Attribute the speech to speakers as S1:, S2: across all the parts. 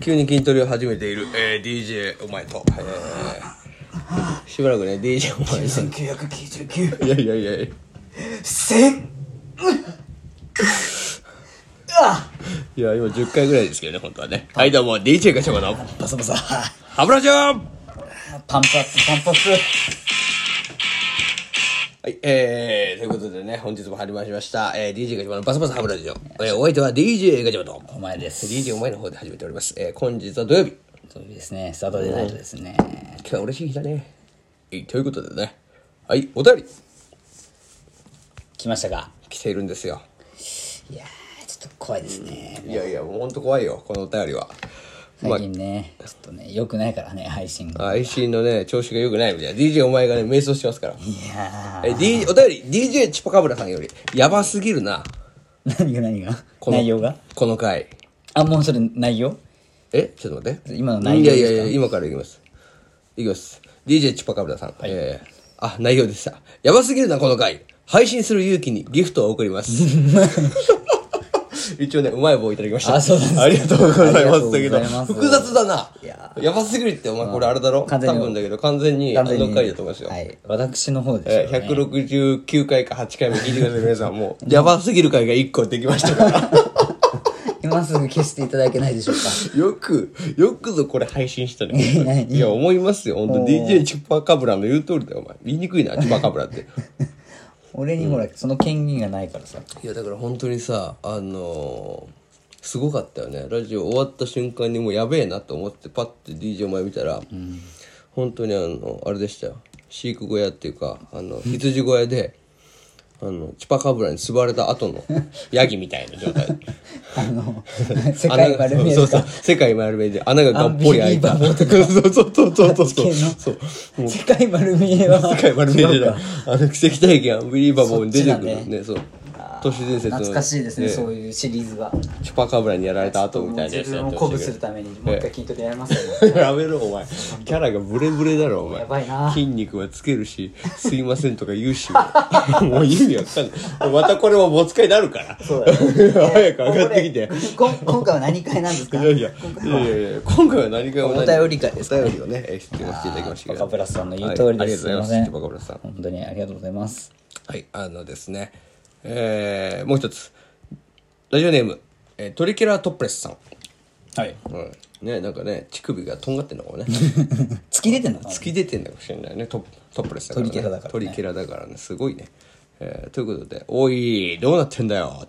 S1: 急に筋トレを始めている、えー、DJ お前と、えー、しばらくね DJ お前さん
S2: 1999
S1: いやいやいやいや
S2: せんあ
S1: いや今10回ぐらいですけどね本当はねはいどうも DJ ガチャマの
S2: バサバサ
S1: ハブラジオは
S2: パンプアップパンプアップ
S1: いえー、ということでね本日も始まりました、えー、DJ ガチャマのバサバサハブラジオ、えー、お相手は DJ ガチャマと
S2: お前です
S1: DJ お前の方で始めております、えー、本日は土曜日
S2: そうですねスタートでナイトですね
S1: 今日は嬉しい日だねはいということでねはいお便り
S2: 来ましたか
S1: 来ているんですよ
S2: いやーちょっと怖いですね
S1: いやいやもうほんと怖いよこのお便りは
S2: 最近ねちょっとね良くないからね配信が
S1: 配信のね、調子が良くないみたいな。DJ お前がね、迷走してますから。
S2: いやー
S1: え、D、お便り、DJ チュパカブラさんより、やばすぎるな。
S2: 何が何が
S1: この
S2: 内容が
S1: この回。
S2: あもうそれ内容
S1: えちょっと待って。
S2: 今の内容ですか
S1: いやいやいや、今からいきます。いきます。DJ チュパカブラさん。えーあ、内容でした。やばすぎるな、この回。配信する勇気にギフトを送ります。 一応ね、うまい棒いただきました。
S2: あそうなんですか
S1: ありがとうござい
S2: あり
S1: ま
S2: がとう
S1: す。
S2: ご
S1: だけど
S2: ざいます
S1: 複雑だな。
S2: いや
S1: やばすぎるって、お前これあれだろ多
S2: 完全に
S1: 分だけど、完全にあ
S2: 完全
S1: の
S2: に
S1: 回だと思いますよ。
S2: はい私の方です
S1: え
S2: よ
S1: ー169回か8回目聞いてください、皆さん。もう、 やばすぎる回が1個できましたから。
S2: 今すぐ消していただけないでし ょうか
S1: よく、よくぞこれ配信した ね。いや、思いますよ。本当 DJ チュッパーカブラの言う通りだよ、お前。言いにくいな、チュッパーカブラって。
S2: 俺にほら、その権限がないからさ
S1: いや、だから本当にさ、あのーすごかったよね。ラジオ終わった瞬間にもうやべえなと思って、パッて DJ 前見たら、本当にあの、あれでしたよ。飼育小屋っていうか、あの、羊小屋で、あの、チュパカブラに吸われた後のヤギみたいな状態。
S2: あの世界丸見え
S1: そう
S2: ですか
S1: そう世界丸見えで穴ががっぽり開いた
S2: アン
S1: そうそうそうそうそうそうそう
S2: 世界丸見えは
S1: 世界丸見え
S2: 違
S1: で
S2: うか
S1: あの奇跡体験アンビリーバボーに出てく
S2: そっち
S1: る
S2: だ
S1: ねそう都市伝説の
S2: 懐かしいですねそういうシリーズは
S1: チュパカブラにやられた後みたいなや
S2: 自
S1: つや
S2: 分を
S1: って
S2: 鼓
S1: ほ
S2: 舞
S1: し
S2: す
S1: い
S2: る
S1: け
S2: ためにもう一回筋トレやりますよ
S1: どやめろお前キャラがブレブレだろお前
S2: やばいな
S1: 筋肉はつけるし「すいません」とか言うし もう意味わかんないまたこれもボツ化になるから
S2: そうだ
S1: 早く上がってきて
S2: こん今回は何回なんです
S1: い
S2: か
S1: やいや、いやいやいや、今回は何か
S2: お便り会です
S1: か、お便りをね、えー出演していただきましたけど。
S2: バカブラスさんの言う通り
S1: はいありが
S2: です
S1: とうご
S2: すい
S1: ざい
S2: ま
S1: ま
S2: せ
S1: す。
S2: ん
S1: バカブラスさん。
S2: 本当にありがとうございます
S1: はい、あのですね、えー、もう一つ。ラジオネーム、えートリケラトップレスさん。
S2: はい
S1: うん。ね、なんかね、乳首がとんがってんのかもね。
S2: 突き出てんのかな
S1: 突き出てんのかもしれないね、トップトップレスだから、ね。
S2: トリケラだからね
S1: トリケラだからね、すごいね。えー、ということで、おい、どうなってんだよ。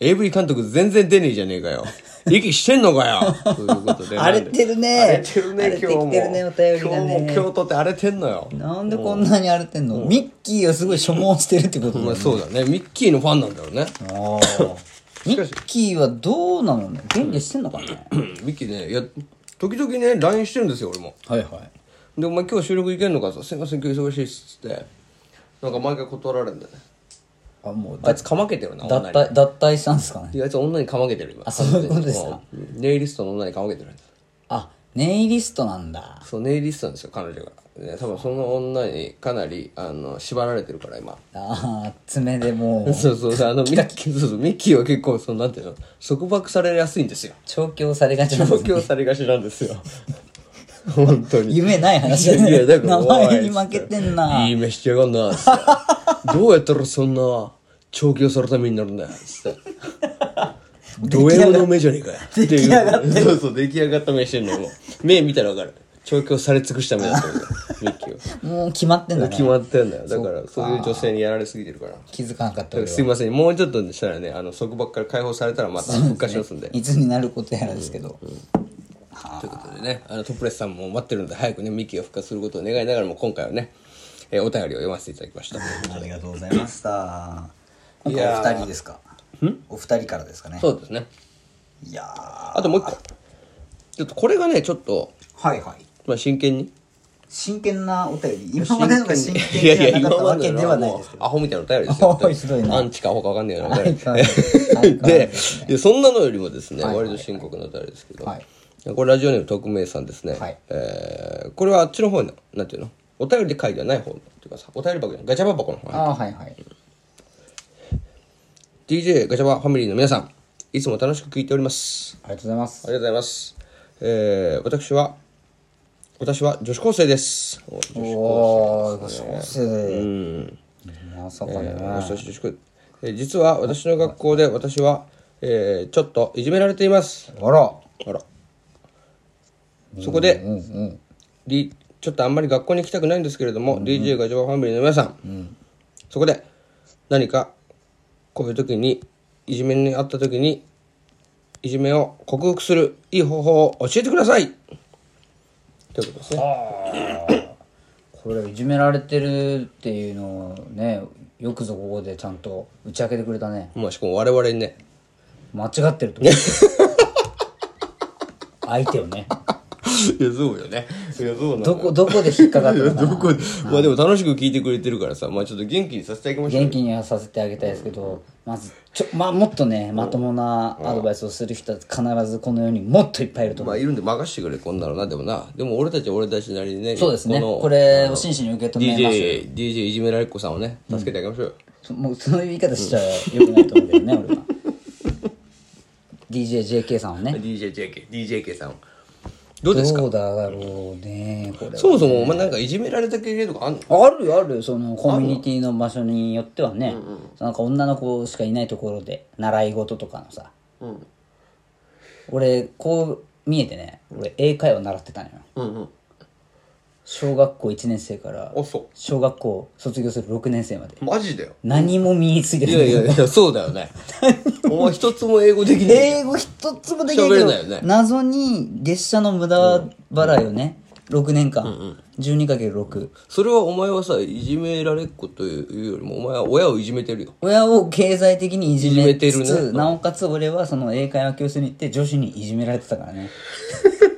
S1: AV 監督全然出ねえじゃねえか よ。息してんのかよということで。
S2: 荒れてるね
S1: 荒れてるね、今日も。
S2: 荒れてきてるねお便りがね
S1: 今日も京都って荒れてんのよ。
S2: なんでこんなに荒れてんのミッキーがすごい所望してるってことだ
S1: ま
S2: よ
S1: あ
S2: ね
S1: そうだね、ミッキーのファンなんだろうね。
S2: あーミッキーはどうなのね便利してんのかね
S1: ミッキーね、いや、時々ね、LINE してるんですよ、俺も。
S2: はいはい
S1: で、お前今日収録行けんのかさ、すいません、今日忙しいっつって。なんか毎回断られるんだよね。
S2: あもう
S1: あいつかまけてるな、女
S2: 脱
S1: に。
S2: 退脱退したんですかね
S1: いやあいつ女にかまけてる今
S2: あそういうことですか
S1: うんネイリストの女にかまけてるんです
S2: あネイリストなんだ
S1: そうネイリストなんですよ彼女が、ね、多分その女にかなりあの縛られてるから今
S2: あー爪でも う
S1: そうそうあのミッキ ーそうそうミッキーは結構そのなんていうの束縛されやすいんですよ
S2: 調教されがちなんで
S1: 調
S2: す
S1: 教されがちなんですよ 本当に
S2: 夢ない話だね
S1: いやいやだから
S2: 名前に負けてんな
S1: おいいい目してやがんなっつってどうやったらそんな調教された身になるんだよつってド M の目じゃねえかよ出
S2: 来上が
S1: っていうそうそう出来上がった目してんのよもう目見たらわかる調教され尽くした目だったんだよミッキーは
S2: もう決まってんだ
S1: 決
S2: ね
S1: まってんだよだからそういう女性にやられすぎてるから
S2: 気づかなかった
S1: だから
S2: 俺は
S1: すいませんもうちょっとでしたらねあの束縛から解放されたらまた復活しますんで
S2: いつになることやらですけど
S1: ということでね、あのトップレスさんも待ってるので、早くね、ミキが復活することを願いながらも、今回はね、えーお便りを読ませていただきました。
S2: ありがとうございました今
S1: いやー
S2: ですかお二人からですかね
S1: そうですね。
S2: いやー
S1: あともう一個。ちょっとこれがね、ちょっと、
S2: はいはい
S1: まあ、真剣に。
S2: 真剣なお便り今までのが真
S1: いや
S2: 剣
S1: い
S2: じ
S1: や、
S2: ゃ
S1: 今
S2: なかったわ
S1: まで
S2: けで
S1: のは
S2: はない
S1: も
S2: で
S1: う
S2: すけ、ど。
S1: アホみたいなお便りですよ
S2: おいひどいな
S1: アンチかアホかわかんないようなお便り
S2: はいはいはい
S1: でいや、そんなのよりもですね、
S2: はいはい
S1: 割と深刻なお便りですけど、
S2: はい
S1: これラジオネーム匿名さんですね。
S2: はい
S1: えーこれはあっちの方の、なんていうのお便りで書いてはない方のっていうかさ、お便り箱じゃない、ガチャバ箱の方。
S2: あーはいはい
S1: DJ ガチャバファミリーの皆さん、いつも楽しく聞いております。
S2: ありがとうございま
S1: ありが
S2: す
S1: とうございます。えー私は私は女子高生ですお女子
S2: お
S1: 高
S2: ー、
S1: 生ですね
S2: 小生。まさかだ
S1: えー
S2: ね。
S1: 私女子高えー実は私の学校で私は、えーちょっといじめられています
S2: あら。
S1: あらそこで、リちょっとあんまり学校に行きたくないんですけれども、DJ ガジョバファミリーの皆さん、そこで何かこういう時にいじめにあった時にいじめを克服するいい方法を教えてくださいということですね
S2: これ、いじめられてるっていうのをね、よくぞここでちゃんと打ち明けてくれたね。
S1: まあしかも我々にね
S2: 間違ってると思う。相手をね。
S1: いやそうよねいやそうな
S2: どこ、どこで引っかかっ たのかな。
S1: まあでも楽しく聞いてくれてるからさまあちょっと元気にさせてあげましょう
S2: 元気にはさせてあげたいですけど、まずちょ、まあ、もっとねまともなアドバイスをする人は必ずこの世にもっといっぱいいると思う、
S1: まあいるんで任してくれこんなのなでもなでも俺たちは俺たちなりにね
S2: そうですね
S1: この
S2: これを真摯に受け止めます
S1: DJ, DJ いじめられっ子さんをね助けてあげましょうよ、
S2: そもうその言い方しちゃよくないと思うけどね俺は DJJK さんをね
S1: DJJK DJK さんをどうですか
S2: どうだろうねこれ
S1: そもそもお前なんかいじめられた経験とかあんの
S2: あるよあるよそのコミュニティの場所によってはね、なんか女の子しかいないところで習い事とかのさ、俺こう見えてね俺英会話習ってたのよ、
S1: うんうん
S2: 小学校1年生から
S1: あそ
S2: 小学校卒業する6年生まで
S1: うマジだよ
S2: 何も身について
S1: い
S2: な
S1: や
S2: い
S1: いやいやそうだよねお前一つも英語できない
S2: 英語一つもできない
S1: 喋
S2: け
S1: れ
S2: ど
S1: ないよね
S2: 謎に月謝の無駄払いをね6年間 12×6
S1: それはお前はさいじめられっ子というよりもお前は親をいじめてるよ
S2: 親を経済的にいじめつ
S1: いじめてる
S2: つなおかつ俺はその英会話教室に行って女子にいじめられてたからね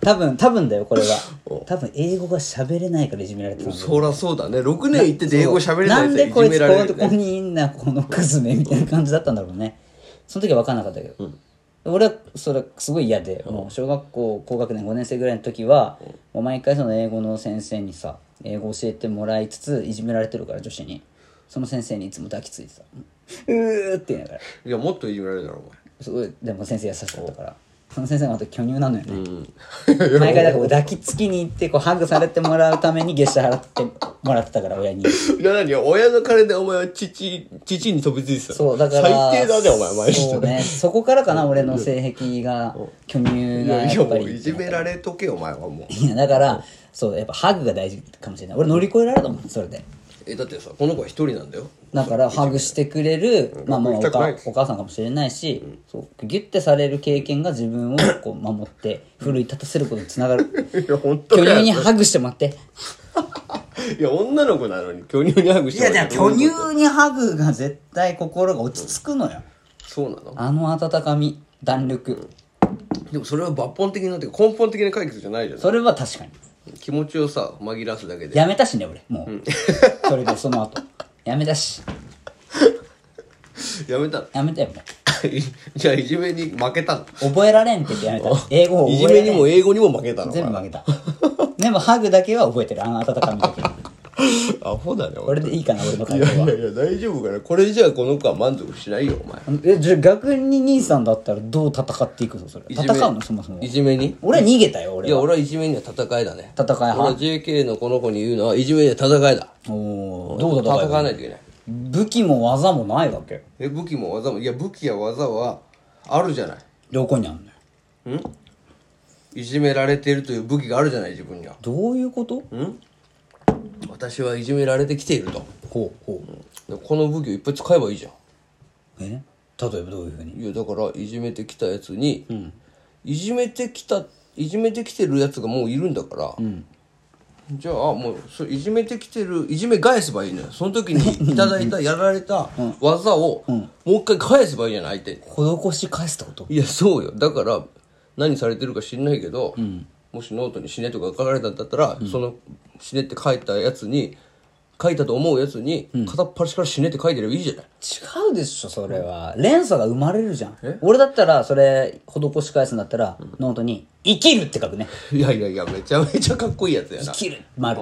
S2: 多分多分だよこれは多分英語が喋れないからいじめられてたんだよ
S1: そらそうだね6年行ってて英語喋れない
S2: んでこいつこういうと
S1: よ
S2: こにいんなこのクズめみたいな感じだったんだろうねその時は分かんなかったけど、俺はそれすごい嫌で、もう小学校高学年5年生ぐらいの時は、もう毎回その英語の先生にさ英語教えてもらいつついじめられてるから女子にその先生にいつも抱きついてさ「うー」って言いながら
S1: いやもっといじめられるだろ
S2: すごいでも先生優しかったからその先生がまた巨乳なのよね、
S1: お 前
S2: 毎回だからこう抱きつきに行ってこうハグされてもらうために月謝払ってもらってたから親に。
S1: いや何親の金でお前は父父に飛びついてた
S2: そう、だから。
S1: 最低だねお前毎日
S2: そうね。そこからかな、俺の性癖が、巨乳
S1: い
S2: が
S1: やいや
S2: やっぱ
S1: も
S2: り。
S1: ういじめられとけよお前はもう
S2: いや、だから、そう、やっぱハグが大事かもしれない。俺乗り越えられたもん、それで。
S1: えだってさこの子は一人なんだよ
S2: だから、ハグしてくれる、まあ、まあ
S1: 行
S2: お
S1: きたく
S2: か
S1: ないです
S2: お母さんかもしれないし、そう、ギュッてされる経験が自分をこう守って、奮い立たせることにつながる。
S1: いや本当
S2: 巨
S1: だ
S2: 乳
S1: よ
S2: にハグしてもらって。
S1: いや女の子なのに巨乳にハグし
S2: い
S1: て
S2: や、
S1: も
S2: じ
S1: ら
S2: ゃ
S1: っ
S2: あ
S1: て
S2: 巨
S1: どういうこ
S2: 乳にハグが絶対心が落ち着くのよ。
S1: とそうなの
S2: あの温かみ、弾力。
S1: でもそれは抜本的なっていうか根本的な解決じゃないじゃ
S2: それは確かに。
S1: ん気持ちをさ紛らわすだけで
S2: やめたしね俺もう、それでその後やめたし
S1: やめたの
S2: やめたやめた
S1: じゃあいじめに負けたの
S2: 覚えられんって言ってやめた英語を
S1: い
S2: 覚
S1: じ
S2: えられ
S1: め
S2: ん
S1: にも英語にも負けたの
S2: 全部負けた でもハグだけは覚えてるあの温かみだけ
S1: アホだねお前
S2: 俺でいいかな俺の
S1: い
S2: 回答
S1: やい
S2: は
S1: やいや大丈夫かなこれじゃあこの子は満足しないよお前
S2: えじゃあ逆に兄さんだったらどう戦っていくのそれ
S1: いじ
S2: 戦
S1: め
S2: うのそもそも
S1: いじめに
S2: 俺は逃げたよ俺
S1: いや
S2: は
S1: 俺はいじめには戦いだね
S2: 戦い
S1: 俺は
S2: 派
S1: JK のこの子に言うのはいじめには戦いだ
S2: おおどう戦
S1: 戦
S2: う
S1: わないといけない
S2: 武器も技もないわけ
S1: え武器も技もいや武器や技はあるじゃない
S2: どこにあんのよ
S1: いじめられてるという武器があるじゃない自分には
S2: どういうこと
S1: うん私はいじめられてきていると
S2: ほうほう
S1: でこの武器をいっぱい使えばいいじゃ
S2: え例えばどういうふうに
S1: んいやだからいじめてきたやつに、いじめてきたいじめてきてるやつがもういるんだから、じゃあもうそれいじめてきてるいじめ返せばいいのよその時にいただいたやられた技をもう一回返せばいいじゃない相手に
S2: 施し返すってこと
S1: いやそうよだから何されてるか知んないけど、もしノートに「死ね」とか書かれたんだったら、その「死ね」って書いたやつに書いたと思うやつに、片っ端から「死ね」って書いてればいいじゃない
S2: 違うでしょそれは連鎖が生まれるじゃん俺だったらそれ施し返すんだったら、ノートに「生きる」って書くね
S1: いやいやいやめちゃめちゃかっこいいやつや
S2: 「生
S1: な
S2: きる」丸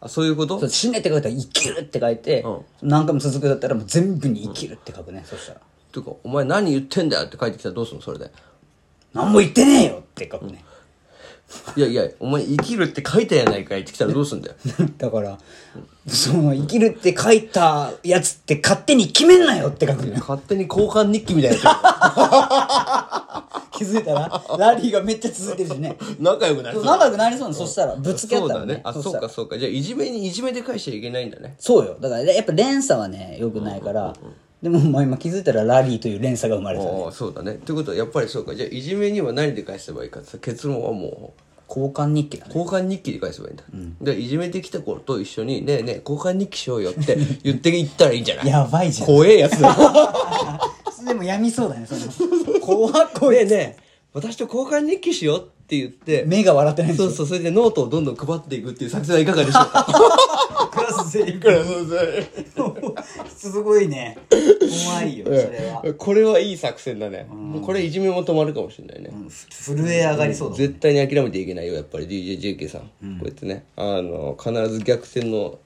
S1: あそういうこと
S2: そう死ねって書いたら「生きる」って書いて、何回も続くだったらもう全部に「生きる」って書くね、そしたら
S1: とか「お前何言ってんだよ」って書いてきたらどうするのそれで
S2: 「何も言ってねえよ」でっかくね。
S1: いやいや、お前生きるって書いたやないかいって来たらどうすんだよ。
S2: だから、その、生きるって書いたやつって勝手に決めんなよって書 くのよ。
S1: 勝手に交換日記みたいになって
S2: 気づいたら、ラリーがめっちゃ続いてるしね。
S1: る 仲良く なる。
S2: 仲良くなりそうなのそしたら、ぶつけ合
S1: そう
S2: った
S1: だ
S2: ら
S1: ね
S2: ね。。
S1: あ、
S2: そ
S1: そうかそうか。じゃあ、いじめにいじめで返しちゃいけないんだね。
S2: そうよ。だから、やっぱ連鎖はね、良くないから、でも、まあ今気づいたらラリーという連鎖が生まれた。
S1: ああ、そうだね。ということは、やっぱりそうか。じゃあ、いじめには何で返せばいいかってさ結論はもう、
S2: 交換日記だね。
S1: 交換日記で返せばいいんだ。で、いじめてきた子と一緒に、ねえねえ、交換日記しようよって言っていったらいいんじゃない
S2: やばいじゃん。
S1: 怖えやつだ。
S2: でもやみそうだね、その。 怖っこいつ。
S1: ねえ、 私と交換日記しようって言って、
S2: 目が笑ってないんで
S1: そ
S2: す
S1: う
S2: よ。
S1: そう、それでノートをどんどん配っていくっていう作戦はいかがでしょうか
S2: クラス全員。
S1: これはそうです
S2: すごいね。怖いよ、それは。
S1: ねこれはいい作戦だね。もうこれいじめも止まるかもしれないね。
S2: 震え上がりそうだもん。
S1: 絶対に諦めていけないよ、やっぱり DJJK さん。こうやってね、あの、必ず逆転の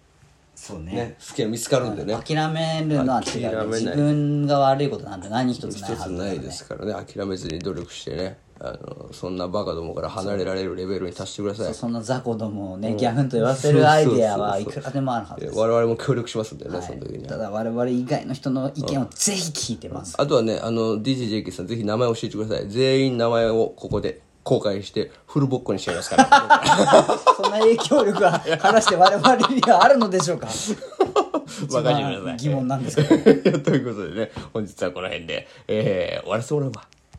S2: そう
S1: ね
S2: ね。、
S1: 隙が見つかるんでね。
S2: 諦めるのは
S1: 諦
S2: 違。
S1: めないう
S2: 自分が悪いことなんて何一つない
S1: 一
S2: は
S1: つ
S2: ずだ
S1: な
S2: から
S1: いで
S2: ね。
S1: すからね、諦めずに努力してね、あの、そんなバカどもから離れられるレベルに達してください。
S2: そんな雑魚どもをね、ギャフンと言わせるアイデアはいくらでもあるはず
S1: え
S2: です。
S1: 我々も協力しますんでね、その時には。
S2: ただ我々以外の人の意見をぜひ聞いてます。
S1: あとはね、あの、DJJK さん、ぜひ名前教えてください。全員名前をここで公開して、フルボッコにしちゃいます から。
S2: そんな影響力は果たして我々にはあるのでしょうか
S1: わかりません
S2: 一番疑問なんですけど。
S1: ということでね、本日はこの辺で、えー、終わらせてもらうわ。